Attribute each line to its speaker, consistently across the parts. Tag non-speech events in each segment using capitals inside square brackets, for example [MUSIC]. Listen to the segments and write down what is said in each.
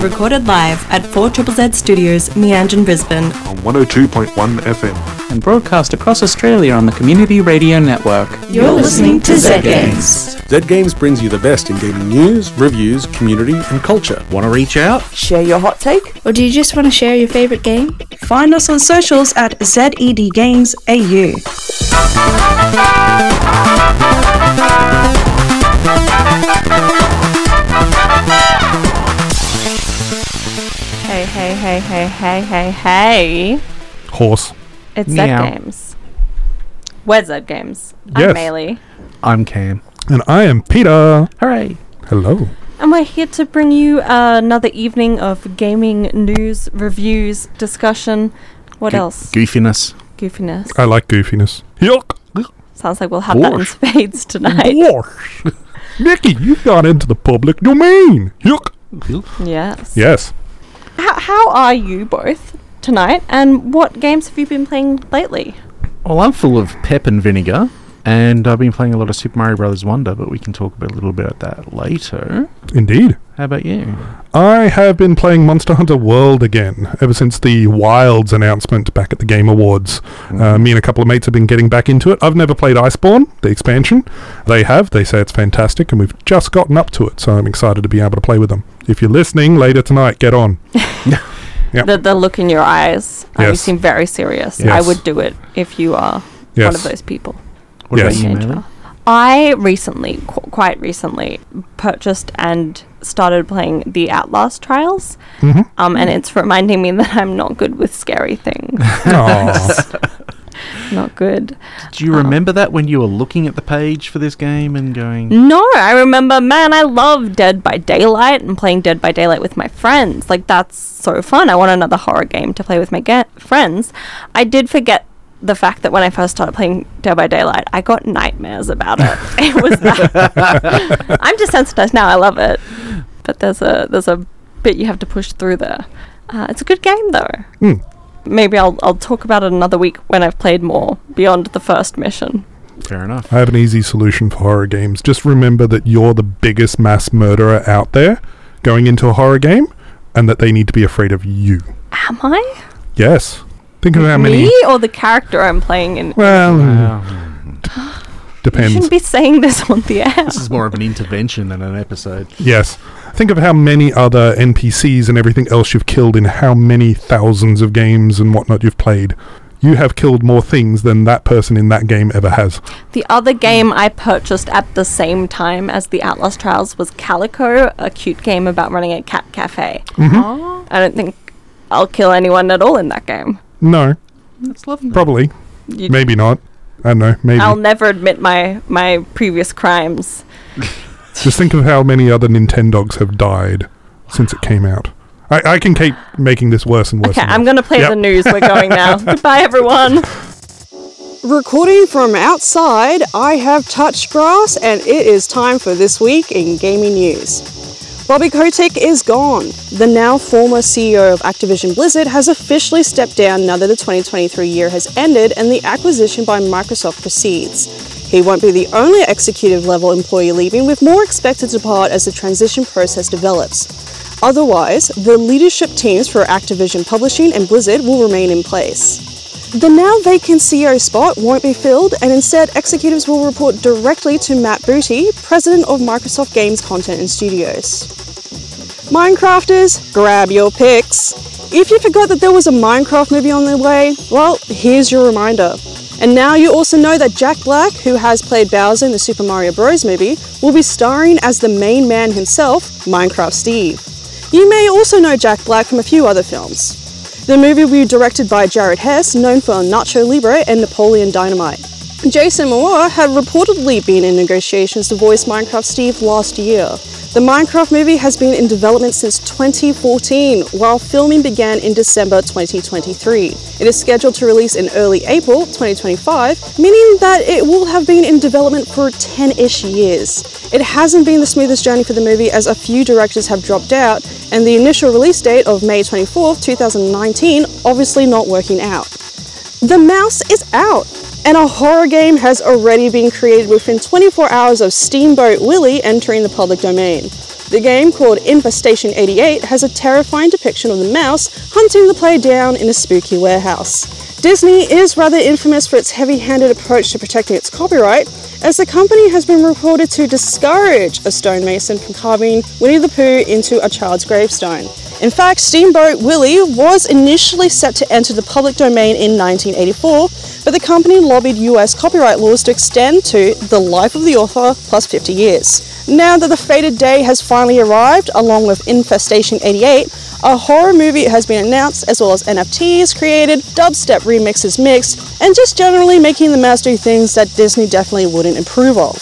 Speaker 1: Recorded live at 4ZZZ Studios, Meanjin, Brisbane.
Speaker 2: on 102.1 FM.
Speaker 3: and broadcast across Australia on the Community Radio Network.
Speaker 1: You're listening to Z
Speaker 4: Z Games brings you the best in gaming news, reviews, community, and culture.
Speaker 5: Want to reach out?
Speaker 6: Share your hot take?
Speaker 7: Or do you just want to share your favourite game?
Speaker 8: Find us on socials at ZED Games AU.
Speaker 9: Hey, hey, hey, hey, hey, hey, hey.
Speaker 2: Horse.
Speaker 9: It's
Speaker 5: Meow.
Speaker 9: Zed Games. We're Zed Games.
Speaker 2: Yes.
Speaker 9: I'm Maylee.
Speaker 5: I'm Cam.
Speaker 2: And I am Peter.
Speaker 5: Hooray!
Speaker 2: Hello.
Speaker 9: And we're here to bring you another evening of gaming news, reviews, discussion. What
Speaker 5: Goo-
Speaker 9: else?
Speaker 5: Goofiness.
Speaker 9: Goofiness.
Speaker 2: I like goofiness. Yuck.
Speaker 9: Sounds like we'll have that in
Speaker 5: Whoosh.
Speaker 9: spades [LAUGHS] tonight.
Speaker 2: Horse. [LAUGHS] Nikki, you've gone into the public domain. Yuck.
Speaker 9: Yes.
Speaker 2: Yes.
Speaker 9: How, how are you both tonight? And what games have you been playing lately?
Speaker 5: Well, I'm full of pep and vinegar, and I've been playing a lot of Super Mario Brothers Wonder, but we can talk about, a little bit about that later.
Speaker 2: Indeed.
Speaker 5: How about you?
Speaker 2: I have been playing Monster Hunter World again ever since the Wilds announcement back at the Game Awards. Uh, me and a couple of mates have been getting back into it. I've never played Iceborne, the expansion. They have. They say it's fantastic, and we've just gotten up to it, so I'm excited to be able to play with them. If you're listening later tonight, get on. Yep.
Speaker 9: The, the look in your eyes. Um, you
Speaker 2: Yes.
Speaker 9: seem very serious.
Speaker 2: Yes.
Speaker 9: I would do it if you are one of
Speaker 2: Yes.
Speaker 9: those people.
Speaker 5: What
Speaker 2: Yes.
Speaker 5: about you,
Speaker 9: Angela.
Speaker 5: Maylee?
Speaker 9: I recently, qu- quite recently, purchased and started playing the Outlast Trials,
Speaker 2: Mhm.
Speaker 9: [LAUGHS] um, and it's reminding me that I'm not good with scary things.
Speaker 2: Aw.
Speaker 9: not good.
Speaker 5: Do you remember that when you were looking at the page for this game and going,
Speaker 3: Mm.
Speaker 9: No, I remember, man, I love Dead by Daylight and playing Dead by Daylight with my friends. Like, that's so fun. I want another horror game to play with my ga- friends. I did forget the fact that when I first started playing Dead by Daylight, I got nightmares about it. it was that. I'm desensitized now. I love it. But there's a there's a bit you have to push through there. Uh, it's a good game, though.
Speaker 2: Mm.
Speaker 9: Maybe I'll, I'll talk about it another week when I've played more beyond the first mission.
Speaker 5: fair enough?
Speaker 2: I have an easy solution for horror games. Just remember that you're the biggest mass murderer out there going into a horror game, and that they need to be afraid of you.
Speaker 9: Am I?
Speaker 2: Yes. Think of how many.
Speaker 9: Me or the character I'm playing in?
Speaker 2: Well,
Speaker 5: Wow.
Speaker 9: You
Speaker 2: depends.
Speaker 9: shouldn't be saying this on the air.
Speaker 5: This is more of an intervention than an episode.
Speaker 2: Yes. Think of how many other NPCs and everything else you've killed in how many thousands of games and whatnot you've played. You have killed more things than that person in that game ever has.
Speaker 9: The other game I purchased at the same time as the Atlas Trials was Calico, a cute game about running a cat cafe.
Speaker 2: Mm-hmm.
Speaker 9: I don't think I'll kill anyone at all in that game.
Speaker 2: No,
Speaker 5: That's lovely.
Speaker 2: probably.
Speaker 9: You-
Speaker 2: Maybe not. I don't know. Maybe.
Speaker 9: I'll never admit my my previous crimes.
Speaker 2: Just think of how many other Nintendogs have died since it came out. I, I can keep making this worse and worse.
Speaker 9: Okay,
Speaker 2: and
Speaker 9: I'm
Speaker 2: worse.
Speaker 9: gonna play
Speaker 2: Yep.
Speaker 9: the news. We're going
Speaker 2: [LAUGHS]
Speaker 9: now. Goodbye, everyone.
Speaker 10: Recording from outside, I have touched grass and it is time for This Week in Gaming News. Bobby Kotick is gone. The now former CEO of Activision Blizzard has officially stepped down now that the 2023 year has ended and the acquisition by Microsoft proceeds. He won't be the only executive level employee leaving, with more expected to depart as the transition process develops. Otherwise, the leadership teams for Activision Publishing and Blizzard will remain in place. The now vacant CEO spot won't be filled, and instead, executives will report directly to Matt Booty, president of Microsoft Games Content and Studios. Minecrafters, grab your picks. If you forgot that there was a Minecraft movie on the way, well, here's your reminder. And now you also know that Jack Black, who has played Bowser in the Super Mario Bros. movie, will be starring as the main man himself, Minecraft Steve. You may also know Jack Black from a few other films. The movie will be directed by Jared Hess, known for Nacho Libre and Napoleon Dynamite. Jason Momoa had reportedly been in negotiations to voice Minecraft Steve last year. The Minecraft movie has been in development since 2014, while filming began in December 2023. It is scheduled to release in early April 2025, meaning that it will have been in development for 10 ish years. It hasn't been the smoothest journey for the movie as a few directors have dropped out, and the initial release date of May 24, 2019, obviously not working out. The mouse is out, and a horror game has already been created within 24 hours of Steamboat Willie entering the public domain. The game, called Infestation 88, has a terrifying depiction of the mouse hunting the player down in a spooky warehouse. Disney is rather infamous for its heavy handed approach to protecting its copyright, as the company has been reported to discourage a stonemason from carving Winnie the Pooh into a child's gravestone. In fact, Steamboat Willie was initially set to enter the public domain in 1984, but the company lobbied US copyright laws to extend to the life of the author plus 50 years. Now that the fated day has finally arrived, along with Infestation 88, a horror movie has been announced, as well as NFTs created, dubstep remixes mixed, and just generally making the mouse do things that Disney definitely wouldn't approve of.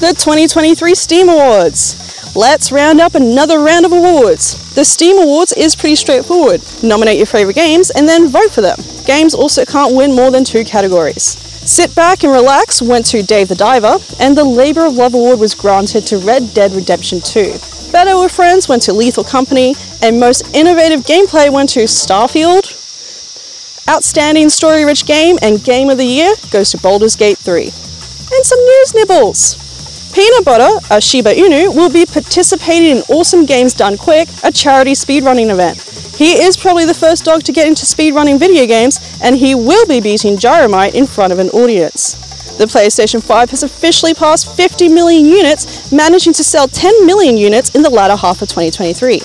Speaker 10: The 2023 Steam Awards. Let's round up another round of awards. The Steam Awards is pretty straightforward. Nominate your favourite games and then vote for them. Games also can't win more than two categories. Sit Back and Relax went to Dave the Diver, and the Labour of Love Award was granted to Red Dead Redemption 2. Better with Friends went to Lethal Company, and Most Innovative Gameplay went to Starfield. Outstanding Story Rich Game and Game of the Year goes to Baldur's Gate 3. And some news nibbles! Peanut Butter, a Shiba Inu, will be participating in Awesome Games Done Quick, a charity speedrunning event. He is probably the first dog to get into speedrunning video games, and he will be beating Gyromite in front of an audience. The PlayStation 5 has officially passed 50 million units, managing to sell 10 million units in the latter half of 2023.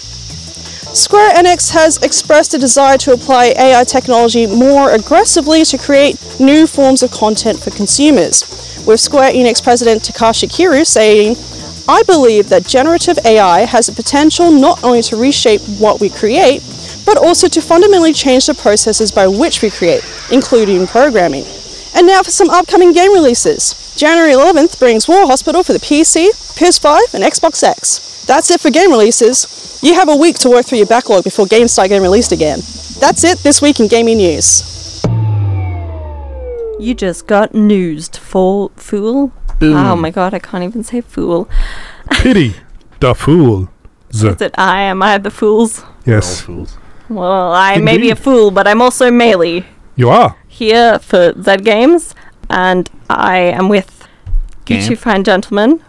Speaker 10: Square Enix has expressed a desire to apply AI technology more aggressively to create new forms of content for consumers, with Square Enix president Takashi Kiru saying, I believe that generative AI has the potential not only to reshape what we create, but also to fundamentally change the processes by which we create, including programming. And now for some upcoming game releases. January 11th brings War Hospital for the PC, PS5, and Xbox X. That's it for game releases. You have a week to work through your backlog before games start getting released again. That's it this week in gaming news.
Speaker 9: You just got newsed, fool. fool. Oh my god, I can't even say fool.
Speaker 2: Pity the fool.
Speaker 9: Is it I? Am I the fools?
Speaker 2: Yes,
Speaker 9: Well, I may be a
Speaker 2: Indeed.
Speaker 9: fool, but I'm also Melee
Speaker 2: you are.
Speaker 9: here for Z Games, and I am with you
Speaker 5: Gamp.
Speaker 9: two fine gentlemen.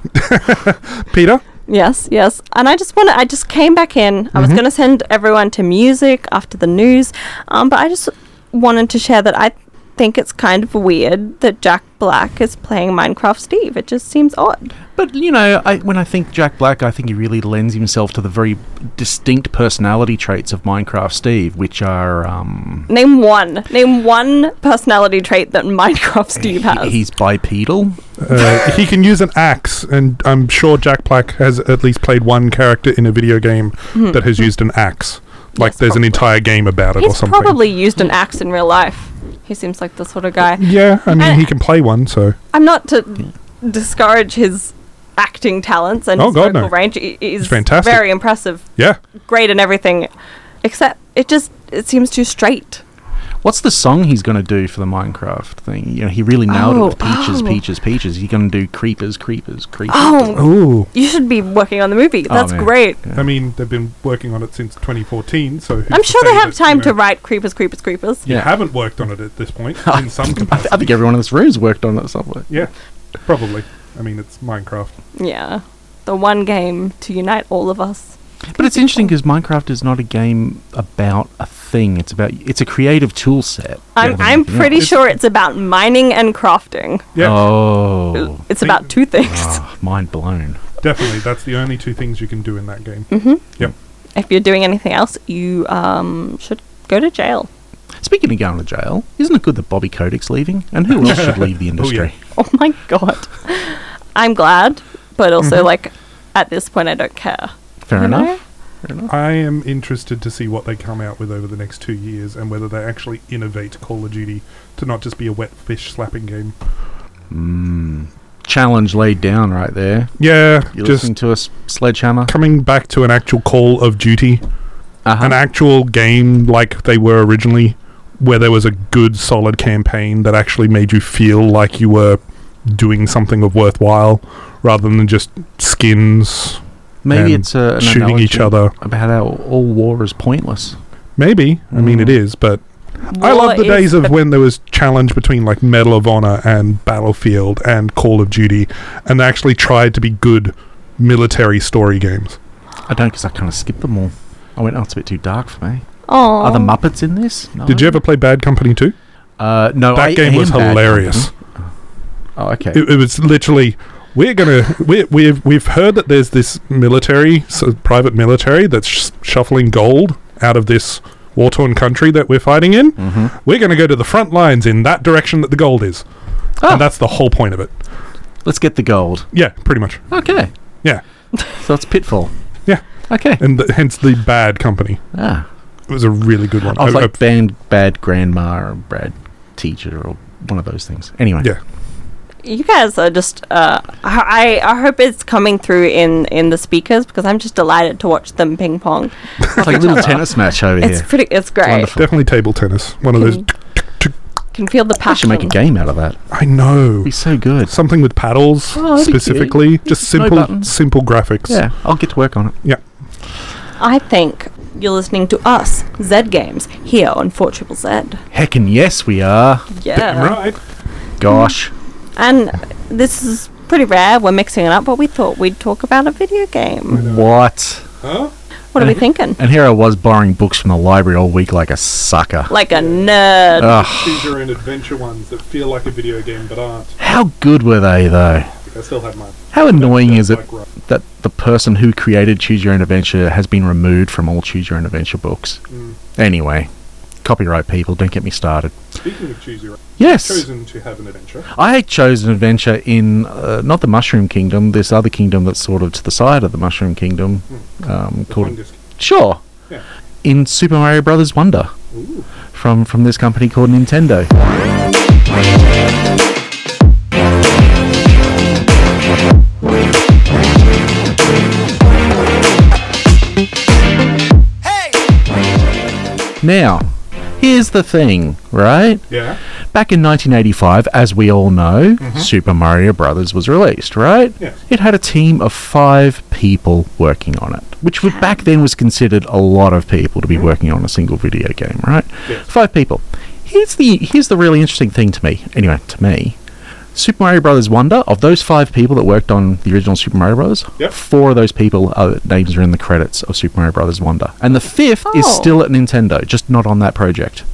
Speaker 2: Peter,
Speaker 9: Yes, yes. And I just want to, I just came back in. I was going to send everyone to music after the news, um, but I just wanted to share that I think it's kind of weird that Jack Black is playing Minecraft Steve. It just seems odd.
Speaker 5: But you know, I, when I think Jack Black, I think he really lends himself to the very distinct personality traits of Minecraft Steve, which are um,
Speaker 9: Name one. Name one personality trait that Minecraft Steve has.
Speaker 5: he- he's bipedal.
Speaker 2: uh, he can use an axe, and I'm sure Jack Black has at least played one character in a video game that has used an axe. Like
Speaker 9: Hmm. Yes,
Speaker 2: there's an entire game about it or
Speaker 9: He's
Speaker 2: something.
Speaker 9: probably used an axe in real life. He seems like the sort of guy.
Speaker 2: yeah, I mean
Speaker 9: And-
Speaker 2: he can play one, so
Speaker 9: I'm not to discourage his acting talents and
Speaker 2: Oh,
Speaker 9: his
Speaker 2: God,
Speaker 9: vocal
Speaker 2: no.
Speaker 9: range. He- He's
Speaker 2: fantastic.
Speaker 9: very impressive,
Speaker 2: yeah.
Speaker 9: great and everything. Except it just it seems too straight.
Speaker 5: What's the song he's going to do for the Minecraft thing? You know, he really nailed it with
Speaker 9: Oh,
Speaker 5: peaches,
Speaker 9: oh.
Speaker 5: peaches, peaches. He's going to do creepers, creepers, creepers.
Speaker 9: Oh,
Speaker 2: Ooh.
Speaker 9: you should be working on the movie.
Speaker 5: Oh,
Speaker 9: That's
Speaker 5: man.
Speaker 9: great.
Speaker 5: Yeah.
Speaker 2: I mean, they've been working on it since 2014, so who's
Speaker 9: I'm
Speaker 2: to
Speaker 9: sure they
Speaker 2: say
Speaker 9: have
Speaker 2: that, you
Speaker 9: time to
Speaker 2: know,
Speaker 9: write creepers, creepers, creepers.
Speaker 2: You
Speaker 5: Yeah.
Speaker 2: haven't worked on it at this
Speaker 5: [LAUGHS]
Speaker 2: point in some
Speaker 5: I, th-
Speaker 2: capacity.
Speaker 5: I think everyone in this room's worked on it somewhere.
Speaker 2: yeah, probably. I mean, it's Minecraft.
Speaker 9: Yeah, the one game to unite all of us.
Speaker 5: But it's interesting because Minecraft is not a game about a thing. It's about it's a creative tool set.
Speaker 9: I'm,
Speaker 5: rather than
Speaker 9: I'm
Speaker 5: anything
Speaker 9: pretty
Speaker 5: else.
Speaker 9: sure it's about mining and crafting.
Speaker 2: Yeah,
Speaker 5: Oh,
Speaker 9: It's about two things.
Speaker 5: Ah, mind blown.
Speaker 2: definitely. That's the only two things you can do in that game.
Speaker 9: Mm-hmm.
Speaker 2: Yep.
Speaker 9: [LAUGHS] If you're doing anything else, you um, should go to jail. [LAUGHS]
Speaker 5: Speaking of going to jail, isn't it good that Bobby Kodak's leaving? And who else
Speaker 2: [LAUGHS]
Speaker 5: should leave the industry?
Speaker 9: Oh my god. I'm glad, but also like at this point I don't care.
Speaker 5: Fair
Speaker 9: You know?
Speaker 5: enough.
Speaker 2: I am interested to see what they come out with over the next two years and whether they actually innovate Call of Duty to not just be a wet fish slapping game.
Speaker 5: Challenge laid down right there.
Speaker 2: Yeah,
Speaker 5: You're
Speaker 2: just
Speaker 5: listening to us, Sledgehammer.
Speaker 2: coming back to an actual Call of Duty,
Speaker 5: Uh-huh.
Speaker 2: an actual game like they were originally, where there was a good, solid campaign that actually made you feel like you were doing something of worthwhile rather than just skins
Speaker 5: Maybe
Speaker 2: and
Speaker 5: it's uh, an
Speaker 2: shooting each
Speaker 5: analogy
Speaker 2: other.
Speaker 5: about how all war is pointless.
Speaker 2: Maybe. I mean,
Speaker 5: Mm.
Speaker 2: it is, but I love
Speaker 9: War
Speaker 2: the
Speaker 9: is
Speaker 2: days of when there was challenge between like Medal of Honor and Battlefield and Call of Duty, and they actually tried to be good military story games.
Speaker 5: I don't because I kind of skipped them all. I went, oh, it's a bit too dark for me.
Speaker 9: Oh,
Speaker 5: Are the Muppets in this? No.
Speaker 2: Did you ever play Bad Company too?
Speaker 5: Uh, no,
Speaker 2: that
Speaker 5: Oh. I
Speaker 2: game
Speaker 5: am
Speaker 2: was
Speaker 5: bad
Speaker 2: hilarious.
Speaker 5: company. Oh, okay.
Speaker 2: It, it was literally we're gonna we're, we've we've heard that there's this military, so private military that's sh- shuffling gold out of this war-torn country that we're fighting in.
Speaker 5: Mhm.
Speaker 2: We're gonna go to the front lines in that direction that the gold is,
Speaker 5: Oh.
Speaker 2: and that's the whole point of it.
Speaker 5: Let's get the gold.
Speaker 2: Yeah, pretty much.
Speaker 5: Okay.
Speaker 2: Yeah.
Speaker 5: So it's Pitfall.
Speaker 2: Yeah.
Speaker 5: Okay.
Speaker 2: And th- hence the Bad Company.
Speaker 5: Ah.
Speaker 2: It was a really good one.
Speaker 5: I was
Speaker 2: I- I-
Speaker 5: like band, bad grandma or bad teacher or one of those things. Anyway.
Speaker 2: yeah,
Speaker 9: you guys are just. Uh, I I hope it's coming through in in the speakers because I'm just delighted to watch them ping pong.
Speaker 5: It's like a little tennis match over
Speaker 9: It's
Speaker 5: here.
Speaker 9: pretty. It's great.
Speaker 5: Wonderful.
Speaker 2: definitely table tennis. One of those.
Speaker 9: Can, can feel the
Speaker 5: I
Speaker 9: passion.
Speaker 5: should make a game out of that.
Speaker 2: I know.
Speaker 5: It'd be so good.
Speaker 2: Something with paddles
Speaker 5: Oh, that'd be cute.
Speaker 2: specifically. Just
Speaker 5: No
Speaker 2: simple,
Speaker 5: buttons.
Speaker 2: simple graphics.
Speaker 5: Yeah, I'll get to work on it.
Speaker 9: I think you're listening to us, Z Games, here on 4 Triple Z.
Speaker 5: Heckin' yes, we are.
Speaker 9: Yeah.
Speaker 2: Right.
Speaker 5: Gosh.
Speaker 9: And this is pretty rare. We're mixing it up, but we thought we'd talk about a video game.
Speaker 5: What?
Speaker 9: What
Speaker 2: Mm-hmm.
Speaker 9: are we thinking?
Speaker 5: And here I was borrowing books from the library all week like a sucker.
Speaker 9: Like a nerd.
Speaker 2: Uh. Choose your own adventure ones that feel like a video game but aren't.
Speaker 5: How good were they, though?
Speaker 2: I still have mine.
Speaker 5: How annoying is it
Speaker 2: like right.
Speaker 5: that the person who created Choose Your Own Adventure has been removed from all Choose Your Own Adventure books? Anyway, copyright people, don't get me started.
Speaker 2: Speaking of Mm. choose your own,
Speaker 5: Yes,
Speaker 2: to have an adventure.
Speaker 5: I chose an adventure in uh, not the Mushroom Kingdom, this other kingdom that's sort of to the side of the Mushroom Kingdom, um, called Sure.
Speaker 2: Yeah.
Speaker 5: In Super Mario Brothers Wonder. From from this company called Nintendo. Now, here's the thing, right?
Speaker 2: Yeah.
Speaker 5: Back in 1985, as we all know,
Speaker 2: Mm-hmm.
Speaker 5: Super Mario Brothers was released, right?
Speaker 2: Yes.
Speaker 5: It had a team of five people working on it, which was, back then was considered a lot of people to be working on a single video game, right?
Speaker 2: Mm-hmm. Yes.
Speaker 5: Five people. Here's the here's the really interesting thing to me. Anyway, to me, Super Mario Brothers Wonder of those five people that worked on the original Super Mario Brothers,
Speaker 2: Yep.
Speaker 5: four of those people are, names are in the credits of Super Mario Brothers Wonder, and the fifth is
Speaker 9: Oh.
Speaker 5: still at Nintendo, just not on that project.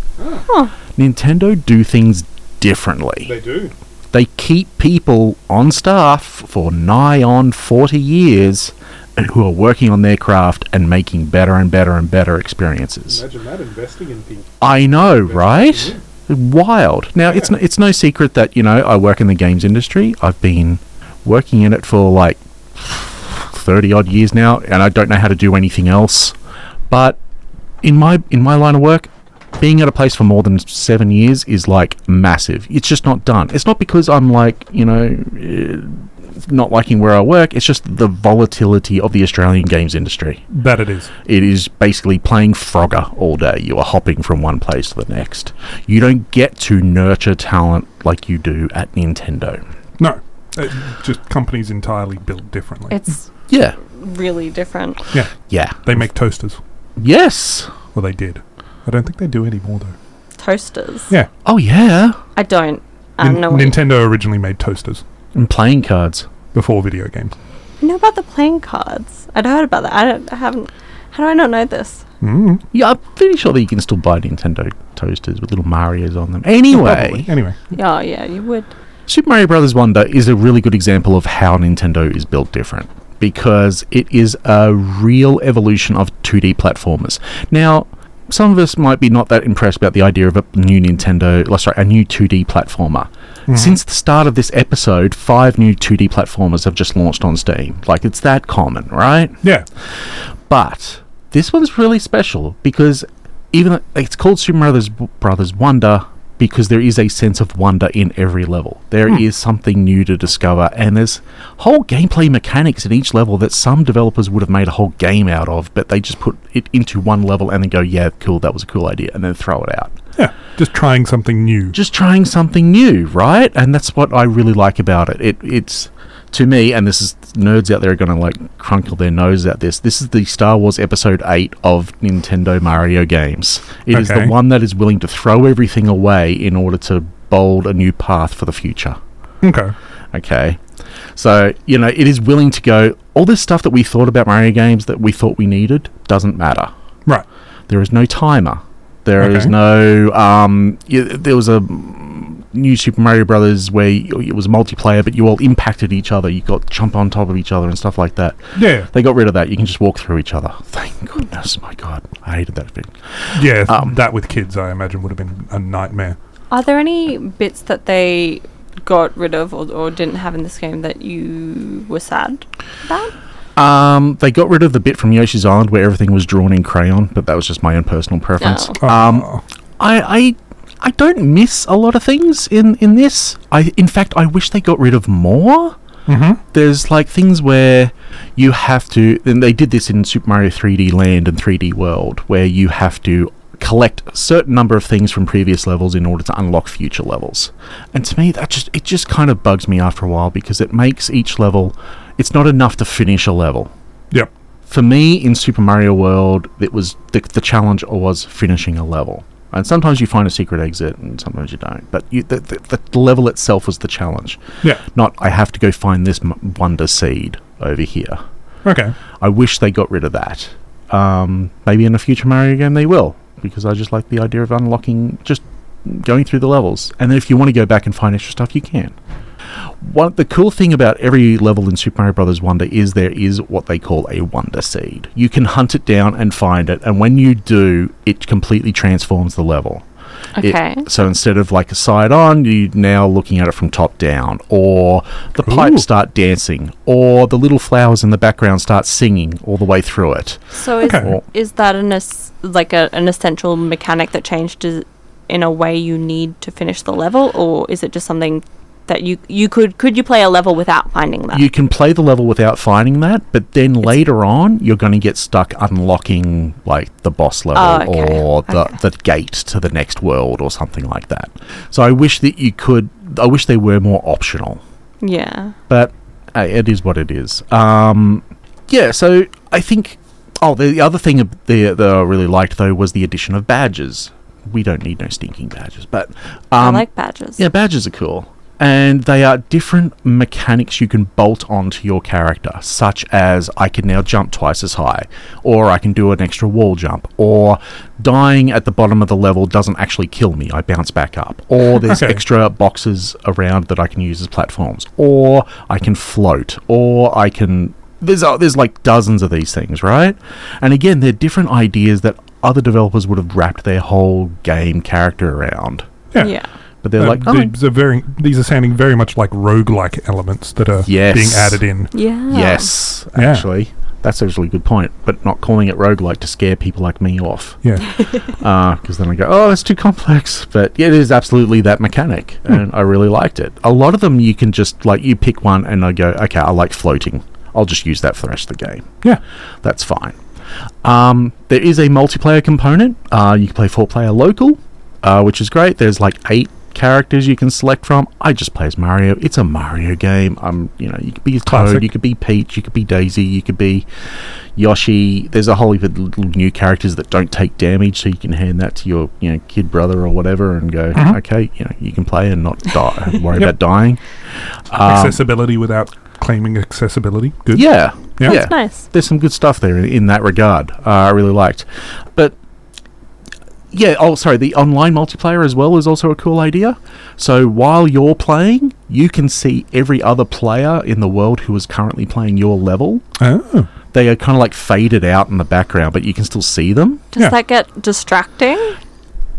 Speaker 5: Nintendo do things differently.
Speaker 2: They do.
Speaker 5: They keep people on staff for nigh on 40 years and who are working on their craft and making better and better and better experiences.
Speaker 2: Imagine that investing in things.
Speaker 5: I know, right? Wild. Now, it's, no, it's no secret that, you know, I work in the games industry. I've been working in it for like 30 odd years now, and I don't know how to do anything else. But in my in my line of work, being at a place for more than seven years is like massive. It's just not done. It's not because I'm like you know eh, not liking where I work. It's just the volatility of the Australian games industry.
Speaker 2: That it is.
Speaker 5: It is basically playing Frogger all day. You are hopping from one place to the next. You don't get to nurture talent like you do at Nintendo.
Speaker 2: No. It, just companies entirely built differently.
Speaker 9: It's
Speaker 5: Yeah.
Speaker 9: really different.
Speaker 5: Yeah.
Speaker 2: they make toasters.
Speaker 5: Yes.
Speaker 2: Well, they did. I don't think they do anymore though.
Speaker 9: Toasters.
Speaker 2: Yeah.
Speaker 5: Oh yeah.
Speaker 9: I don't. I
Speaker 2: Nin-
Speaker 5: Um,
Speaker 9: don't know. what you-
Speaker 2: Nintendo originally made toasters
Speaker 5: And playing cards.
Speaker 2: before video games.
Speaker 9: you know about the playing cards. I'd heard about that. I don't. I haven't. How do I not know this?
Speaker 2: Mm,
Speaker 5: Yeah, I'm pretty sure that you can still buy Nintendo toasters with little Marios on them. Anyway,
Speaker 2: probably. Anyway.
Speaker 9: Oh yeah, you would.
Speaker 5: Super Mario Brothers Wonder is a really good example of how Nintendo is built different because it is a real evolution of 2D platformers. Now, some of us might be not that impressed about the idea of a new Nintendo, oh, sorry, a new 2D platformer. Since the start of this episode, five new 2D platformers have just launched on Steam. Like it's that common, right?
Speaker 2: Yeah.
Speaker 5: But this one's really special because even though- it's called Super Brothers Brothers Wonder because there is a sense of wonder in every level. There is something new to discover, and there's whole gameplay mechanics in each level that some developers would have made a whole game out of, but they just put it into one level and then go, "Yeah, cool, that was a cool idea," and then throw it out
Speaker 2: Yeah. Just trying something new.
Speaker 5: just trying something new, right? And that's what I really like about it. It it's to me, and this is nerds out there are going to like crunkle their nose at this. This is the Star Wars Episode Eight of Nintendo Mario games. It is
Speaker 2: Okay.
Speaker 5: the one that is willing to throw everything away in order to bold a new path for the future.
Speaker 2: Okay.
Speaker 5: Okay. So, you know, it is willing to go, all this stuff that we thought about Mario games that we thought we needed doesn't matter.
Speaker 2: Right.
Speaker 5: There is no timer. There is
Speaker 2: Okay.
Speaker 5: no. Um, y there was a mm, new Super Mario Brothers where y- it was multiplayer, but you all impacted each other. You got to jump on top of each other and stuff like that.
Speaker 2: Yeah.
Speaker 5: They got rid of that. You can just walk through each other. Thank goodness. My God, I hated that bit.
Speaker 2: Yeah.
Speaker 5: Um,
Speaker 2: that with kids, I imagine, would have been a nightmare.
Speaker 9: Are there any bits that they got rid of or, or didn't have in this game that you were sad about?
Speaker 5: Um, they got rid of the bit from Yoshi's Island where everything was drawn in crayon, but that was just my own personal preference.
Speaker 9: Oh.
Speaker 5: Um,
Speaker 2: Oh.
Speaker 5: I, I I don't miss a lot of things in in this. I in fact I wish they got rid of more.
Speaker 2: Mhm.
Speaker 5: There's like things where you have to. And they did this in Super Mario 3D Land and 3D World, where you have to collect a certain number of things from previous levels in order to unlock future levels. And to me, that just it just kind of bugs me after a while because it makes each level. It's not enough to finish a level
Speaker 2: Yep.
Speaker 5: for me in Super Mario World, it was the, the challenge was finishing a level. And sometimes you find a secret exit, and sometimes you don't. But you, the, the, the level itself was the challenge.
Speaker 2: Yeah.
Speaker 5: Not I have to go find this m- wonder seed over here.
Speaker 2: Okay.
Speaker 5: I wish they got rid of that. Um, maybe in a future Mario game they will, because I just like the idea of unlocking, just going through the levels. And then if you want to go back and find extra stuff, you can. One, the cool thing about every level in Super Mario Brothers Wonder is there is what they call a Wonder Seed. You can hunt it down and find it, and when you do, it completely transforms the level. It-
Speaker 9: Okay.
Speaker 5: so instead of like a side on, you're now looking at it from top down, or the pipes start dancing, or the little flowers in the background start singing all the way through it.
Speaker 9: So
Speaker 2: Okay.
Speaker 9: is is that an es- like a, an essential mechanic that changed is- in a way you need to finish the level, or is it just something that you you could could you play a level without finding that?
Speaker 5: You can play the level without finding that, but then later on, you're going to get stuck unlocking like the boss level
Speaker 9: Oh, okay.
Speaker 5: or the,
Speaker 9: Okay.
Speaker 5: the gate to the next world or something like that. So I wish that you could. I wish they were more optional.
Speaker 9: yeah.
Speaker 5: but uh, it is what it is. Um, yeah, so I think. Oh, the, the other thing ab- the, that I really liked though was the addition of badges. We don't need no stinking badges, but
Speaker 9: I
Speaker 5: um,
Speaker 9: like badges.
Speaker 5: yeah, badges are cool, and they are different mechanics you can bolt onto your character, such as I can now jump twice as high, or I can do an extra wall jump, or dying at the bottom of the level doesn't actually kill me; I bounce back up, or
Speaker 2: [LAUGHS]
Speaker 5: there's
Speaker 2: Okay.
Speaker 5: extra extra boxes around that I can use as platforms, or I can float, or I can. There's uh, there's like dozens of these things, right? And again, they're different ideas that other developers would have wrapped their whole game character around.
Speaker 2: Yeah.
Speaker 9: Yeah.
Speaker 5: But they're
Speaker 2: Uh,
Speaker 5: like, oh,
Speaker 2: these, are very, these are sounding very much like roguelike elements that are
Speaker 5: Yes.
Speaker 2: being added in.
Speaker 9: Yeah.
Speaker 5: yes,
Speaker 2: Yeah.
Speaker 5: actually, that's actually a good point. But not calling it roguelike to scare people like me off. [LAUGHS]
Speaker 2: Yeah.
Speaker 5: because then I go, oh, that's too complex. But yeah, it is absolutely that mechanic, and I really liked it. A lot of them you can just like you pick one, and I go, okay, I like floating. I'll just use that for the rest of the game.
Speaker 2: yeah.
Speaker 5: That's fine. Um, there is a multiplayer component. Uh, you can play four player local, uh, which is great. There's like eight characters you can select from. I just play as Mario. It's a Mario game. Um, you know, you could be
Speaker 2: Classic.
Speaker 5: Toad, you could be Peach, you could be Daisy, you could be Yoshi. There's a whole heap of little new characters that don't take damage, so you can hand that to your you know kid brother or whatever, and go, okay, you know, you can play and not die, and worry
Speaker 2: Mm-hmm. [LAUGHS] Yep.
Speaker 5: about dying. Um,
Speaker 2: accessibility without claiming accessibility. Good.
Speaker 5: yeah,
Speaker 2: Yeah.
Speaker 5: yeah
Speaker 9: Nice.
Speaker 5: there's some good stuff there in, in that regard. Uh, I really liked, but yeah. Oh, sorry. The online multiplayer as well is also a cool idea. So while you're playing, you can see every other player in the world who is currently playing your level.
Speaker 2: Oh.
Speaker 5: They are kind of like faded out in the background, but you can still see them.
Speaker 9: Does
Speaker 2: Yeah.
Speaker 9: that get distracting?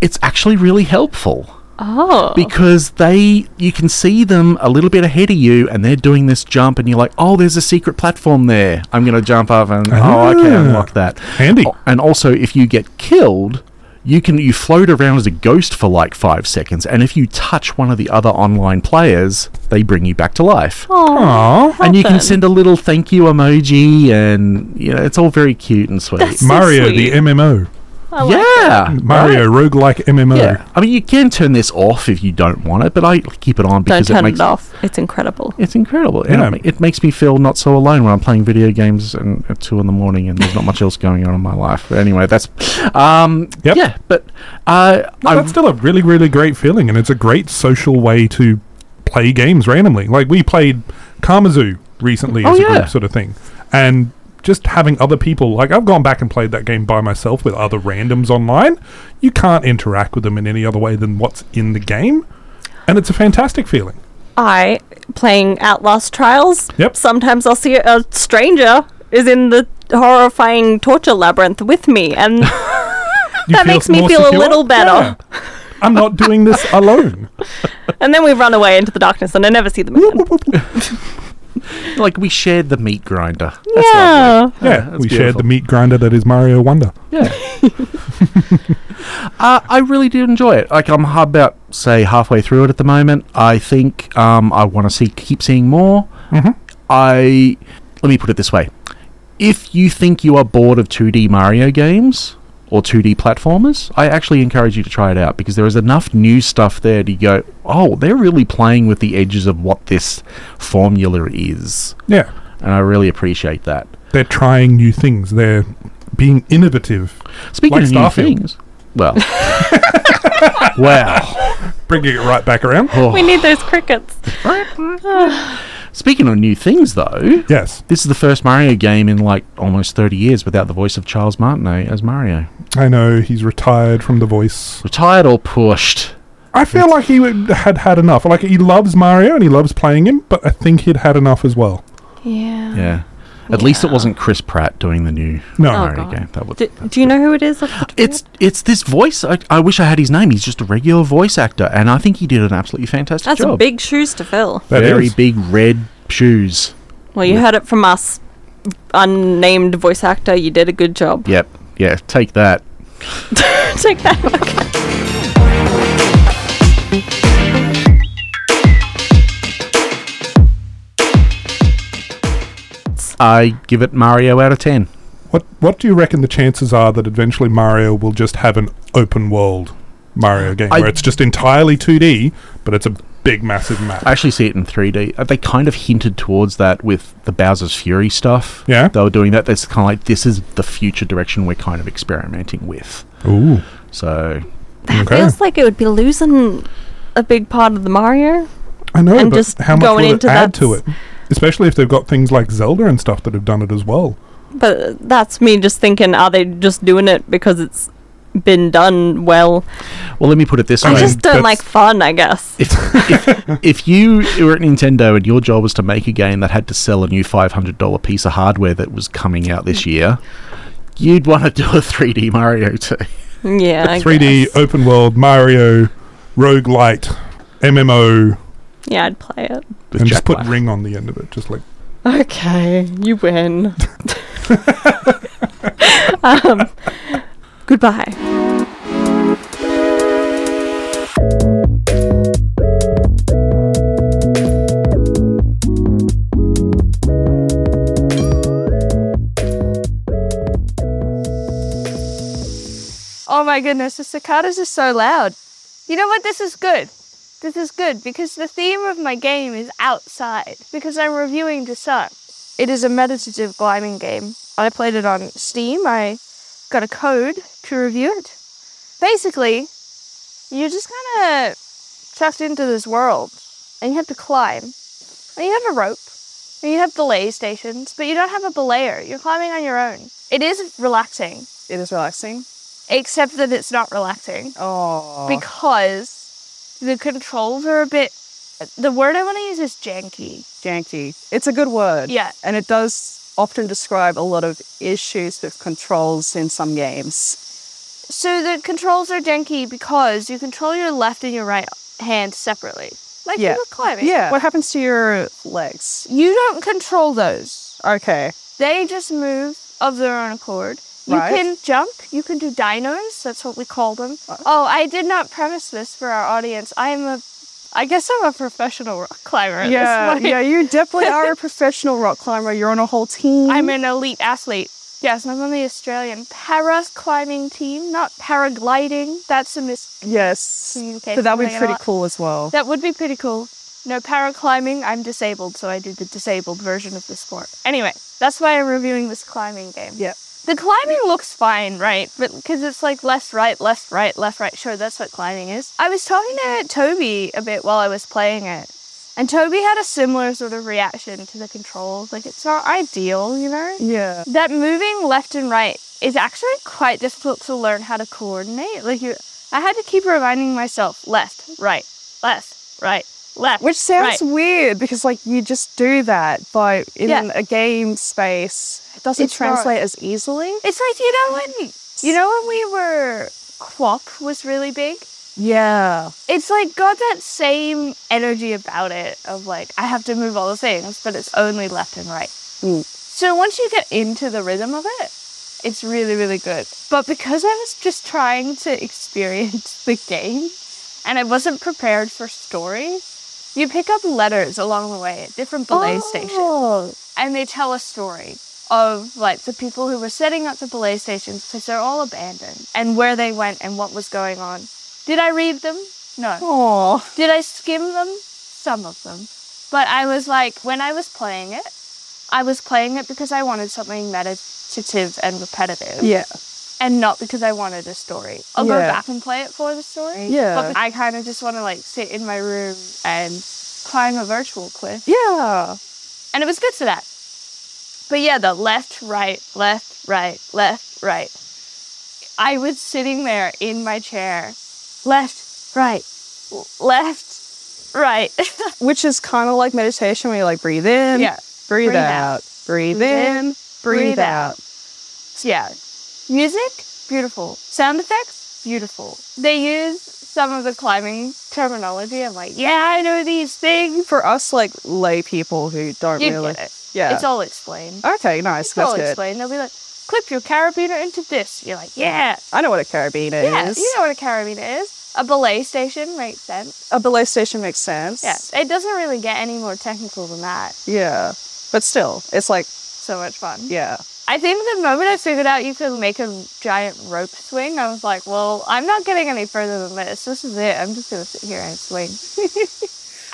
Speaker 5: It's actually really helpful.
Speaker 9: Oh.
Speaker 5: because they you can see them a little bit ahead of you and they're doing this jump and you're like oh there's a secret platform there i'm going to jump up and oh okay
Speaker 2: Ah.
Speaker 5: unlock that
Speaker 2: Handy.
Speaker 5: O- and also if you get killed you can you float around as a ghost for like five seconds and if you touch one of the other online players they bring you back to life
Speaker 2: Aw.
Speaker 5: and you can
Speaker 9: Helping.
Speaker 5: send a little thank you emoji and you know it's all very cute and sweet
Speaker 9: That's- So
Speaker 2: Mario,
Speaker 9: sweet.
Speaker 2: the MMO.
Speaker 9: I like
Speaker 5: yeah
Speaker 2: Mario, roguelike MMO.
Speaker 5: Yeah, I mean you can turn this off if you don't want it, but I keep it on
Speaker 9: Don't
Speaker 5: because it
Speaker 9: turn
Speaker 5: makes
Speaker 9: it off. It's incredible.
Speaker 5: it's incredible.
Speaker 2: Yeah.
Speaker 5: And it, ma- it makes me feel not so alone when I'm playing video games and at two in the morning and there's not much else going on in my life. But anyway, that's um
Speaker 2: Yep.
Speaker 5: yeah, but uh,
Speaker 2: No,
Speaker 5: I-
Speaker 2: that's still a really, really great feeling, and it's a great social way to play games randomly. Like we played Karmazoo recently
Speaker 5: Oh,
Speaker 2: as a
Speaker 5: yeah.
Speaker 2: group sort of thing. And just having other people, like I've gone back and played that game by myself with other randoms online. You can't interact with them in any other way than what's in the game. And it's a fantastic feeling.
Speaker 9: I playing Outlast Trials.
Speaker 2: Yep.
Speaker 9: Sometimes I'll see a stranger is in the horrifying torture labyrinth with me, and
Speaker 2: You
Speaker 9: That
Speaker 2: feel
Speaker 9: makes me
Speaker 2: more
Speaker 9: feel a
Speaker 2: secure?
Speaker 9: little better. Ah,
Speaker 2: Yeah. I'm not
Speaker 9: [LAUGHS]
Speaker 2: doing this alone.
Speaker 9: and then we run away into the darkness, and I never see them again.
Speaker 5: Like we shared the meat grinder.
Speaker 9: yeah.
Speaker 2: Yeah,
Speaker 5: that's
Speaker 2: we shared
Speaker 5: beautiful.
Speaker 2: the meat grinder that is Mario Wonder.
Speaker 5: [LAUGHS] Uh, I really did enjoy it. Like I'm h- about say halfway through it at the moment. I think um, I want to see keep seeing more.
Speaker 2: Mhm.
Speaker 5: I let me put it this way: if you think you are bored of 2D Mario games or 2D platformers, I actually encourage you to try it out because there is enough new stuff there to go. Oh, they're really playing with the edges of what this formula is,
Speaker 2: Yeah,
Speaker 5: and I really appreciate that.
Speaker 2: they're trying new things. They're being innovative,
Speaker 5: Speaking
Speaker 2: Like
Speaker 5: of new
Speaker 2: Starfield.
Speaker 5: things,
Speaker 2: [LAUGHS]
Speaker 5: well, wow.
Speaker 2: bringing it right back around.
Speaker 5: Oh. [LAUGHS]
Speaker 9: We need those crickets.
Speaker 5: Speaking of new things, though,
Speaker 2: Yes,
Speaker 5: This is the first Mario game in like almost 30 years without the voice of Charles Martinet as Mario.
Speaker 2: I know he's retired from the voice.
Speaker 5: Retired or pushed?
Speaker 2: I feel like he would- had had enough. Like he loves Mario and he loves playing him, but I think he'd had enough as well.
Speaker 9: Yeah.
Speaker 5: Yeah. At least it wasn't Chris Pratt doing the new
Speaker 2: No.
Speaker 9: Oh,
Speaker 5: Mario
Speaker 9: God.
Speaker 5: game. That would.
Speaker 9: Do, do you know who it is? off the top of your
Speaker 5: it's it's this voice. I, I wish I had his name. He's just a regular voice actor, and I think he did an absolutely fantastic
Speaker 9: That's
Speaker 5: job.
Speaker 9: a big shoes to fill.
Speaker 2: That
Speaker 5: very
Speaker 2: is-
Speaker 5: big red shoes.
Speaker 9: Well, you
Speaker 5: Yeah.
Speaker 9: heard it from us, unnamed voice actor. You did a good [LAUGHS] job.
Speaker 5: Yep. Yeah. Take that.
Speaker 9: Take that.
Speaker 5: I give it Mario out of ten.
Speaker 2: What What do you reckon the chances are that eventually Mario will just have an open world Mario game
Speaker 5: I-
Speaker 2: where it's just entirely 2D, but it's a big, massive map?
Speaker 5: I actually see it in 3D. Uh, They kind of hinted towards that with the Bowser's Fury stuff.
Speaker 2: Yeah.
Speaker 5: They were doing that. That's kind of like this is the future direction we're kind of experimenting with.
Speaker 2: Ooh,
Speaker 5: So
Speaker 9: That
Speaker 2: Okay.
Speaker 9: feels like it would be losing a big part of the Mario.
Speaker 2: I know,
Speaker 9: And
Speaker 2: but
Speaker 9: just
Speaker 2: how much
Speaker 9: going
Speaker 2: will it
Speaker 9: into
Speaker 2: add to it?
Speaker 9: that's-
Speaker 2: Especially if they've got things like Zelda and stuff that have done it as well.
Speaker 9: But that's me just thinking, are they just doing it because it's been done well?
Speaker 5: well, let me put it this
Speaker 9: I
Speaker 5: way:
Speaker 9: just don't
Speaker 2: that's-
Speaker 9: like fun, I guess.
Speaker 5: if,
Speaker 2: [LAUGHS]
Speaker 5: if, if you were at Nintendo and your job was to make a game that had to sell a new five hundred dollar piece of hardware that was coming out this year, you'd want to do a 3D Mario too.
Speaker 9: Yeah. I
Speaker 2: 3D
Speaker 9: guess.
Speaker 2: open world Mario roguelite MMO
Speaker 9: Yeah, I'd play it.
Speaker 5: With
Speaker 2: and just
Speaker 5: Jack
Speaker 2: put
Speaker 5: Black.
Speaker 2: ring on the end of it just like
Speaker 9: Okay, you [LAUGHS] win. um, goodbye.
Speaker 6: Oh my goodness, the cicadas are so loud. You know what? This is good. This is good because the theme of my game is outside because I'm reviewing Descent. It is a meditative climbing game. I played it on Steam. I got a code to review it. Basically, you're just kind of chucked into this world and you have to climb. And you have a rope and you have belay stations, but you don't have a belayer. You're climbing on your own. It is relaxing
Speaker 10: It is relaxing.
Speaker 6: except that it's not relaxing
Speaker 10: Oh.
Speaker 6: because the controls are a bit. The word I want to use is janky.
Speaker 10: janky. It's a good word.
Speaker 6: Yeah.
Speaker 10: And it does often describe a lot of issues with controls in some games.
Speaker 6: So the controls are janky because you control your left and your right hand separately, like
Speaker 10: Yeah.
Speaker 6: you were climbing.
Speaker 10: Yeah. What happens to your legs?
Speaker 6: You don't control those.
Speaker 10: Okay.
Speaker 6: They just move of their own accord. You
Speaker 10: Right.
Speaker 6: can jump. You can do dinos. That's what we call them.
Speaker 10: Uh.
Speaker 6: Oh, I did not premise this for our audience. I am a, I guess I'm a professional rock climber. at this
Speaker 10: Yeah,
Speaker 6: point.
Speaker 10: yeah, you definitely are a professional rock climber. You're on
Speaker 6: [LAUGHS]
Speaker 10: a whole team.
Speaker 6: I'm an elite athlete. Yes, I'm on the Australian para climbing team, not paragliding. That's a miscommunication.
Speaker 10: yes. So that would be
Speaker 6: Like,
Speaker 10: pretty
Speaker 6: uh,
Speaker 10: cool as well.
Speaker 6: That would be pretty cool. No paraclimbing. I'm disabled, so I do the disabled version of the sport. Anyway, that's why I'm reviewing this climbing game.
Speaker 10: Yep.
Speaker 6: The climbing looks fine, right? But because it's like left, right, left, right, left, right. Sure, that's what climbing is. I was talking to Toby a bit while I was playing it, And Toby had a similar sort of reaction to the controls. Like, it's not ideal, you know?
Speaker 10: Yeah.
Speaker 6: That moving left and right is actually quite difficult to learn how to coordinate. Like, you, I had to keep reminding myself left, right, left, right, left.
Speaker 10: Which sounds
Speaker 6: right.
Speaker 10: weird because like you just do that, but in
Speaker 6: Yeah.
Speaker 10: a game space, it doesn't
Speaker 6: It's not-
Speaker 10: translate as easily.
Speaker 6: It's like you know when you know when we were Quap was really big.
Speaker 10: Yeah.
Speaker 6: It's like got that same energy about it of like I have to move all the things, but it's only left and right. So once you get into the rhythm of it, it's really really good. But because I was just trying to [LAUGHS] experience the game, and I wasn't prepared for story, you pick up letters along the way at different belay stations, and they tell a story of like the people who were setting up the belay stations because they're all abandoned, and where they went and what was going on. Did I read them? No.
Speaker 10: Oh.
Speaker 6: Did I skim them? Some of them. But I was like, when I was playing it, I was playing it because I wanted something meditative and repetitive.
Speaker 10: Yeah.
Speaker 6: And not because I wanted a story. I'll go
Speaker 10: Yeah.
Speaker 6: back and play it for the story.
Speaker 10: Yeah.
Speaker 6: But I kind of just want to like sit in my room and climb a virtual cliff.
Speaker 10: Yeah.
Speaker 6: And it was good for that. But yeah, the left, right, left, right, left, right. I was sitting there in my chair, left, right, l- left, right. [LAUGHS]
Speaker 10: Which is kind of like meditation where you like breathe in,
Speaker 6: Yeah.
Speaker 10: breathe,
Speaker 6: Breathe
Speaker 10: out,
Speaker 6: out.
Speaker 10: breathe,
Speaker 6: Breathe
Speaker 10: in,
Speaker 6: in,
Speaker 10: breathe,
Speaker 6: breathe
Speaker 10: out.
Speaker 6: out. yeah. Music, beautiful. Sound effects, beautiful. They use some of the climbing terminology. I'm like, yeah, I know these things.
Speaker 10: For us like lay people who don't
Speaker 6: You
Speaker 10: really
Speaker 6: get it.
Speaker 10: Yeah.
Speaker 6: It's all explained.
Speaker 10: Okay, nice.
Speaker 6: It's
Speaker 10: That's
Speaker 6: all
Speaker 10: good.
Speaker 6: explained. They'll be like, clip your carabiner into this. You're like, yeah.
Speaker 10: I know what a carabiner
Speaker 6: Yeah,
Speaker 10: is.
Speaker 6: you know what a carabiner is. A belay station makes sense.
Speaker 10: A belay station makes sense.
Speaker 6: Yeah, it doesn't really get any more technical than that.
Speaker 10: Yeah. But still, it's like,
Speaker 6: So much fun.
Speaker 10: yeah.
Speaker 6: I think the moment I figured out you could make a giant rope swing, I was like, well, I'm not getting any further than this. This is it. I'm just going to sit here and swing.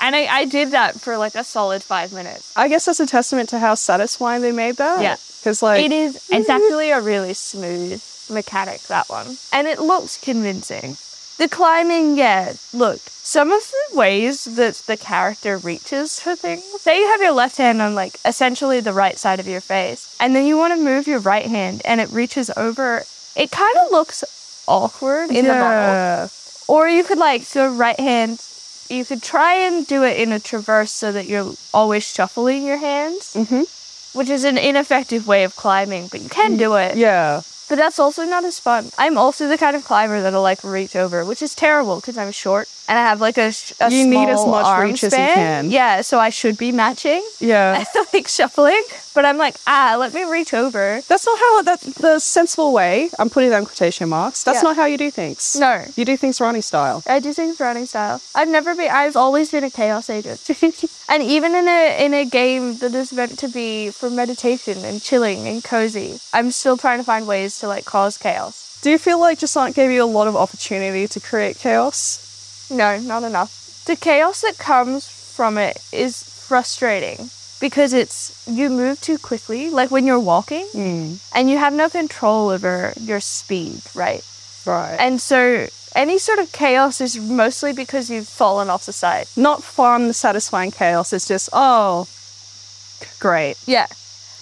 Speaker 6: [LAUGHS] and I, I did that for like a solid five minutes.
Speaker 10: I guess that's a testament to how satisfying they made that.
Speaker 6: Yeah.
Speaker 10: Because, like,
Speaker 6: it is, it's actually a really smooth mechanic, that one. And it looks convincing. The climbing, yeah, look, some of the ways that the character reaches for things, say you have your left hand on like essentially the right side of your face, and then you want to move your right hand and it reaches over, it kind of looks awkward in the bottle.
Speaker 10: yeah.
Speaker 6: Or you could like your right hand. You could try and do it in a traverse so that you're always shuffling your hands, mm-hmm. which is an ineffective way of climbing, but you can do it.
Speaker 10: Mm, yeah.
Speaker 6: But that's also not as fun. I'm also the kind of climber that'll like reach over, which is terrible because I'm short and I have like a, sh- a
Speaker 10: You need as
Speaker 6: small
Speaker 10: much
Speaker 6: arm
Speaker 10: reach as you
Speaker 6: span.
Speaker 10: can. Uh.
Speaker 6: Yeah, so I should be matching. [LAUGHS]
Speaker 10: Yeah.
Speaker 6: like shuffling, but I'm like ah, let me reach over.
Speaker 10: That's not how that the sensible way. I'm putting that in quotation marks. That's
Speaker 6: Yeah.
Speaker 10: not how you do things.
Speaker 6: No.
Speaker 10: you do things Ronnie style.
Speaker 6: I do things running style. I've never been. I've always been a chaos agent, [LAUGHS] and even in a in a game that is meant to be for meditation and chilling and cozy, I'm still trying to find ways to like cause chaos.
Speaker 10: Do you feel like Jusant gave you a lot of opportunity to create chaos?
Speaker 6: No, not enough. The chaos that comes from it is frustrating because it's you move too quickly, like when you're walking, and you have no control over your speed, right?
Speaker 10: Right.
Speaker 6: And so any sort of chaos is mostly because you've fallen off the side.
Speaker 10: not fun, satisfying chaos. It's just oh, great.
Speaker 6: Yeah.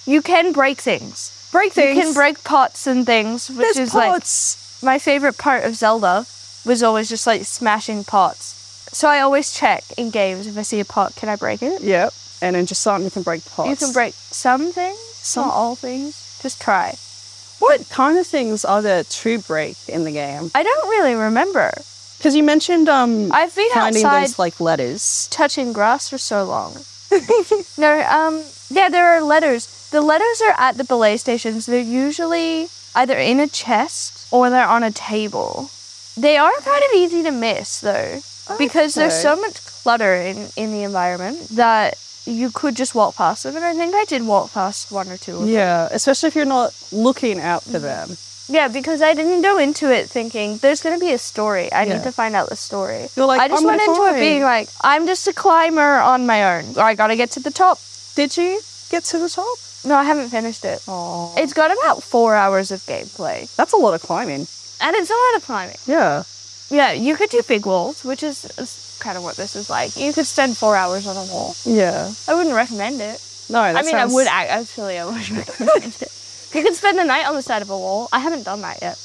Speaker 6: You can break things.
Speaker 10: Break things.
Speaker 6: You can break pots and things, which
Speaker 10: There's
Speaker 6: is
Speaker 10: pots.
Speaker 6: like my favorite part of Zelda was always just like smashing pots. So I always check in games if I see a pot, can I break it?
Speaker 10: Yep. And in Jusant, you can break pots.
Speaker 6: You can break some things,
Speaker 10: Some-
Speaker 6: not all things. Just try.
Speaker 10: What kind of things are there to break in the game?
Speaker 6: I don't really remember.
Speaker 10: Because you mentioned um,
Speaker 6: I've been
Speaker 10: finding
Speaker 6: outside
Speaker 10: those like letters.
Speaker 6: touching grass for so
Speaker 10: [LAUGHS]
Speaker 6: long. no, um, yeah, there are letters. The letters are at the belay stations. They're usually either in a chest or they're on a table. They are kind of easy to miss though, because there's so
Speaker 10: Okay.
Speaker 6: much clutter in, in the environment that you could just walk past them. And I think I did walk past one or two of them.
Speaker 10: Yeah, especially if you're not looking out for them.
Speaker 6: Yeah, because I didn't go into it thinking there's going to be a story. I
Speaker 10: Yeah.
Speaker 6: need to find out the story.
Speaker 10: You're like,
Speaker 6: I just
Speaker 10: "I'm
Speaker 6: went into
Speaker 10: fine."
Speaker 6: it being like, I'm just a climber on my own. I got to get to the top.
Speaker 10: Did you get to the top?
Speaker 6: No, I haven't finished it.
Speaker 10: Oh,
Speaker 6: It's got about four hours of gameplay,
Speaker 10: that's a lot of climbing.
Speaker 6: and it's a lot of climbing.
Speaker 10: Yeah.
Speaker 6: Yeah, you could do big walls, which is is kind of what this is like. You could spend four hours on a wall.
Speaker 10: Yeah.
Speaker 6: I wouldn't recommend it.
Speaker 10: No, that
Speaker 6: I mean,
Speaker 10: sounds-
Speaker 6: I would ac- actually. I would [LAUGHS] recommend it. You could spend the night on the side of a wall. I haven't done that yet.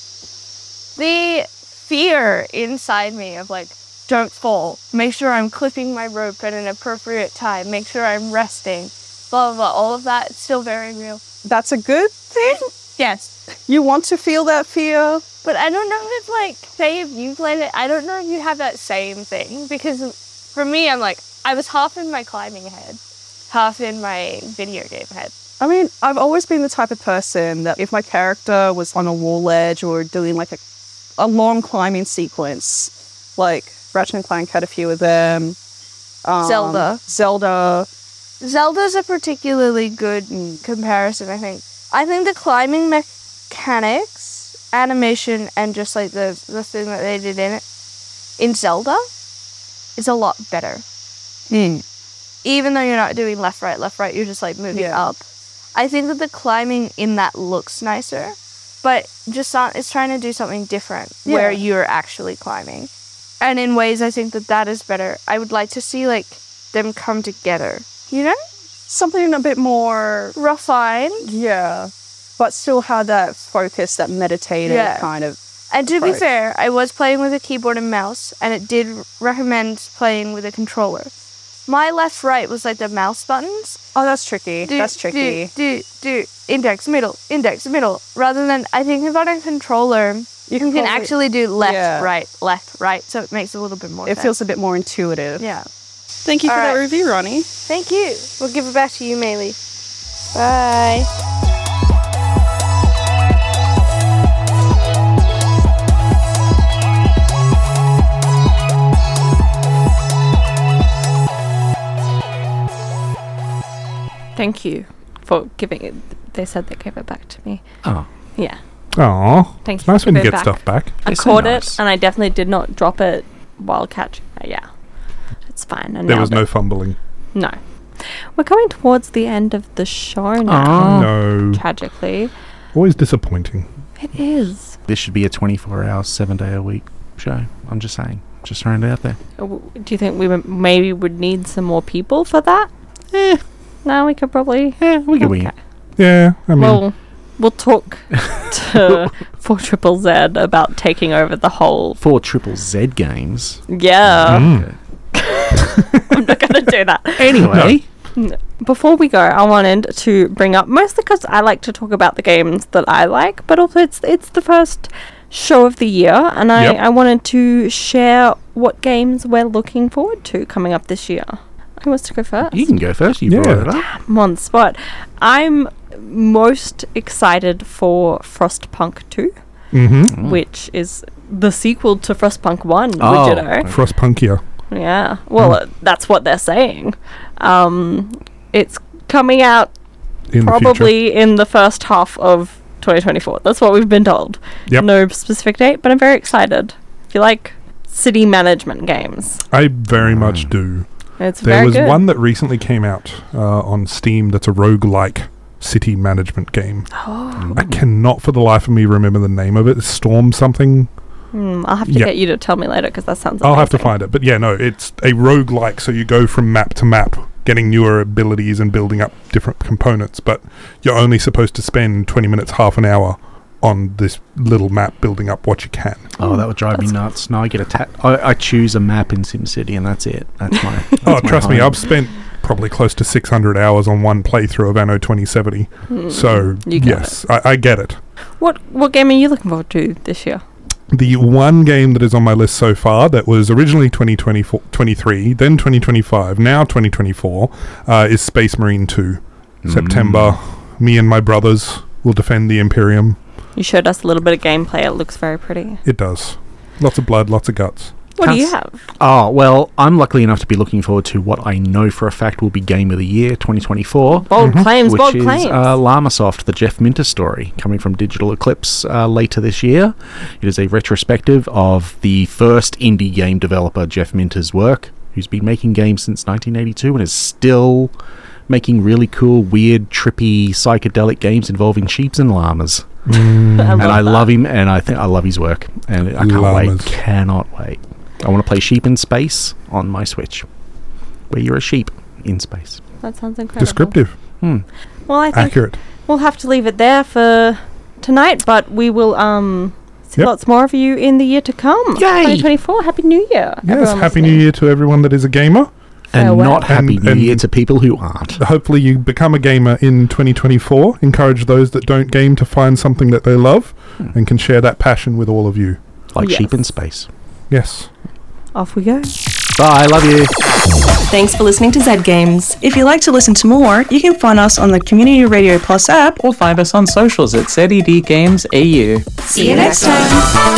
Speaker 6: The fear inside me of like, don't fall. Make sure I'm clipping my rope at an appropriate time. Make sure I'm resting. Blah blah. blah. All of that is still very real.
Speaker 10: That's a good thing.
Speaker 6: Yes.
Speaker 10: You want to feel that fear.
Speaker 6: But I don't know if like say if you played it, I don't know if you have that same thing because for me, I'm like I was half in my climbing head, half in my video game head.
Speaker 10: I mean, I've always been the type of person that if my character was on a wall ledge or doing like a, a long climbing sequence, like Ratchet and Clank had a few of them. Um,
Speaker 6: Zelda.
Speaker 10: Zelda.
Speaker 6: Zelda's a particularly good comparison, I think. I think the climbing mechanics, animation, and just like the the thing that they did in it in Zelda is a lot better. Hmm. Even though you're not doing left, right, left, right, you're just like moving
Speaker 10: Yeah.
Speaker 6: up. I think that the climbing in that looks nicer, but just not, it's trying to do something different where
Speaker 10: Yeah.
Speaker 6: you're actually climbing. And in ways, I think that that is better. I would like to see like them come together, you know?
Speaker 10: Something a bit more,
Speaker 6: refined.
Speaker 10: yeah, but still had that focus, that meditative
Speaker 6: Yeah.
Speaker 10: kind of.
Speaker 6: And to be
Speaker 10: Right.
Speaker 6: fair, I was playing with a keyboard and mouse, and it did recommend playing with a controller. My left, right was like the mouse buttons.
Speaker 10: Oh, that's tricky.
Speaker 6: Do,
Speaker 10: that's tricky.
Speaker 6: Do, do, do, index, middle, index, middle. Rather than, I think if on a controller, you can,
Speaker 10: probably-
Speaker 6: actually do left,
Speaker 10: Yeah.
Speaker 6: right, left, right. So it makes a little bit more
Speaker 10: it
Speaker 6: sense.
Speaker 10: feels a bit more intuitive.
Speaker 6: Yeah.
Speaker 10: Thank you for
Speaker 6: Alright.
Speaker 10: that review, Ronnie.
Speaker 6: Thank you. We'll give it back to you, Maylee. Bye.
Speaker 9: Thank you for giving it. They said they gave it back to me.
Speaker 5: Oh.
Speaker 9: Yeah.
Speaker 2: Aw.
Speaker 9: Thank
Speaker 2: It's
Speaker 9: you
Speaker 2: nice
Speaker 9: for
Speaker 2: when
Speaker 9: giving
Speaker 2: you get
Speaker 9: it back.
Speaker 2: stuff back.
Speaker 9: I
Speaker 5: It's so
Speaker 9: caught
Speaker 5: nice.
Speaker 9: it, and I definitely did not drop it while catching. Yeah, it's fine. I
Speaker 2: There was no
Speaker 9: nailed
Speaker 2: fumbling.
Speaker 9: it. no. We're coming towards the end of the show now.
Speaker 2: Ah.
Speaker 5: Oh.
Speaker 2: No.
Speaker 9: Tragically,
Speaker 2: Always disappointing.
Speaker 9: it is.
Speaker 5: This should be a 24 hour, seven day a week show. I'm just saying. Just throwing it out there.
Speaker 9: Uh, w- Do you think we would- maybe would need some more people for that? Eh. No, we could probably.
Speaker 5: Yeah, eh, we could wing it.
Speaker 2: Yeah, I mean,
Speaker 9: Well, we'll
Speaker 2: [LAUGHS]
Speaker 9: talk to Four Triple Z about taking over the whole.
Speaker 5: Four triple Z games.
Speaker 9: Yeah,
Speaker 2: Mm-hmm.
Speaker 5: Okay.
Speaker 9: I'm not gonna do that.
Speaker 5: Anyway,
Speaker 9: Before we go, I wanted to bring up mostly because I like to talk about the games that I like, but also it's it's the first show of the year, and I,
Speaker 2: Yep.
Speaker 9: I wanted to share what games we're looking forward to coming up this year. Who wants to go first?
Speaker 5: you can go first. You
Speaker 2: Yeah.
Speaker 5: brought it up.
Speaker 9: I'm on the spot. I'm most excited for Frostpunk 2,
Speaker 2: mm-hmm.
Speaker 9: which is the sequel to Frostpunk 1,
Speaker 5: Mm. Oh. Mm.
Speaker 9: would you know?
Speaker 2: Frostpunkia.
Speaker 9: Yeah. Well, uh, that's what they're saying. Um, it's coming out
Speaker 2: In the future.
Speaker 9: probably in the first half of 2024. That's what we've been told.
Speaker 2: Yep.
Speaker 9: No specific date, but I'm very excited. If you like city management games,
Speaker 2: I very
Speaker 5: Mm.
Speaker 2: much do.
Speaker 9: it's
Speaker 2: There
Speaker 9: very
Speaker 2: was
Speaker 9: good. [GASPS]
Speaker 2: one that recently came out uh, on Steam that's a roguelike city management game.
Speaker 9: Oh,
Speaker 2: I cannot for the life of me remember the name of it. It's Storm something.
Speaker 9: mm, I'll have to
Speaker 2: Yeah.
Speaker 9: get you to tell me later because that sounds.
Speaker 2: I'll have to
Speaker 9: amazing.
Speaker 2: find it. But yeah, no, it's a roguelike, so you go from map to map, getting newer abilities and building up different components, but you're only supposed to spend 20 minutes, half an hour on this little map building up what you can.
Speaker 5: Oh, that would drive me nuts. No, I get a ta- I, I choose a map in SimCity, and that's it. That's my. That's
Speaker 2: [LAUGHS] Oh,
Speaker 5: my
Speaker 2: trust me,
Speaker 5: home.
Speaker 2: I've spent probably close to 600 hours on one playthrough of Anno 2070. So,
Speaker 9: Mm. You got
Speaker 2: yes, I, I get it.
Speaker 9: Hmm. What What game are you looking forward to this year?
Speaker 2: The one game that is on my list so far that was originally 2024, 23, then 2025, now 2024 uh, is Space Marine 2. September, me and my brothers will defend the Imperium.
Speaker 9: You showed us a little bit of gameplay. It looks very pretty.
Speaker 2: It does. Lots of blood, lots of guts.
Speaker 9: What do you
Speaker 5: Cons-
Speaker 9: have?
Speaker 5: Oh, well, I'm luckily enough to be looking forward to what I know for a fact will be Game of the Year 2024.
Speaker 9: Bold claims.
Speaker 5: Mm-hmm. Which
Speaker 9: Bold
Speaker 5: is
Speaker 9: claims.
Speaker 5: uh, Llamasoft, the Jeff Minter story, coming from Digital Eclipse uh, later this year. It is a retrospective of the first indie game developer, Jeff Minter's work, who's been making games since 1982 and is still making really cool, weird, trippy, psychedelic games involving sheeps and llamas.
Speaker 9: [LAUGHS] I
Speaker 5: and I
Speaker 9: that.
Speaker 5: love him, and I think I love his work, and I can't
Speaker 2: Llamas.
Speaker 5: wait, cannot wait. I want to play Sheep in Space on my Switch, where you're a sheep in space.
Speaker 9: That sounds incredible.
Speaker 2: Descriptive.
Speaker 5: Hmm.
Speaker 9: Well, I think
Speaker 2: Accurate.
Speaker 9: we'll have to leave it there for tonight, but we will um see
Speaker 2: Yep.
Speaker 9: lots more of you in the year to come.
Speaker 5: Yay!
Speaker 9: 2024. Happy New Year.
Speaker 2: Yes, Happy New Year to everyone that is a gamer.
Speaker 5: And
Speaker 9: Farewell.
Speaker 5: not Happy
Speaker 2: And-
Speaker 5: New
Speaker 2: and-
Speaker 5: Year to people who aren't.
Speaker 2: Hopefully, you become a gamer in 2024. Encourage those that don't game to find something that they love and can share that passion with all of you.
Speaker 5: Like sheep
Speaker 9: Yes.
Speaker 5: in space.
Speaker 2: Yes.
Speaker 9: Off we go.
Speaker 5: Bye, love you.
Speaker 1: Thanks for listening to Zed Games.
Speaker 8: If you'd like to listen to more, you can find us on the Community Radio Plus app
Speaker 3: Or find us on socials at ZED Games AU.
Speaker 1: See you next time.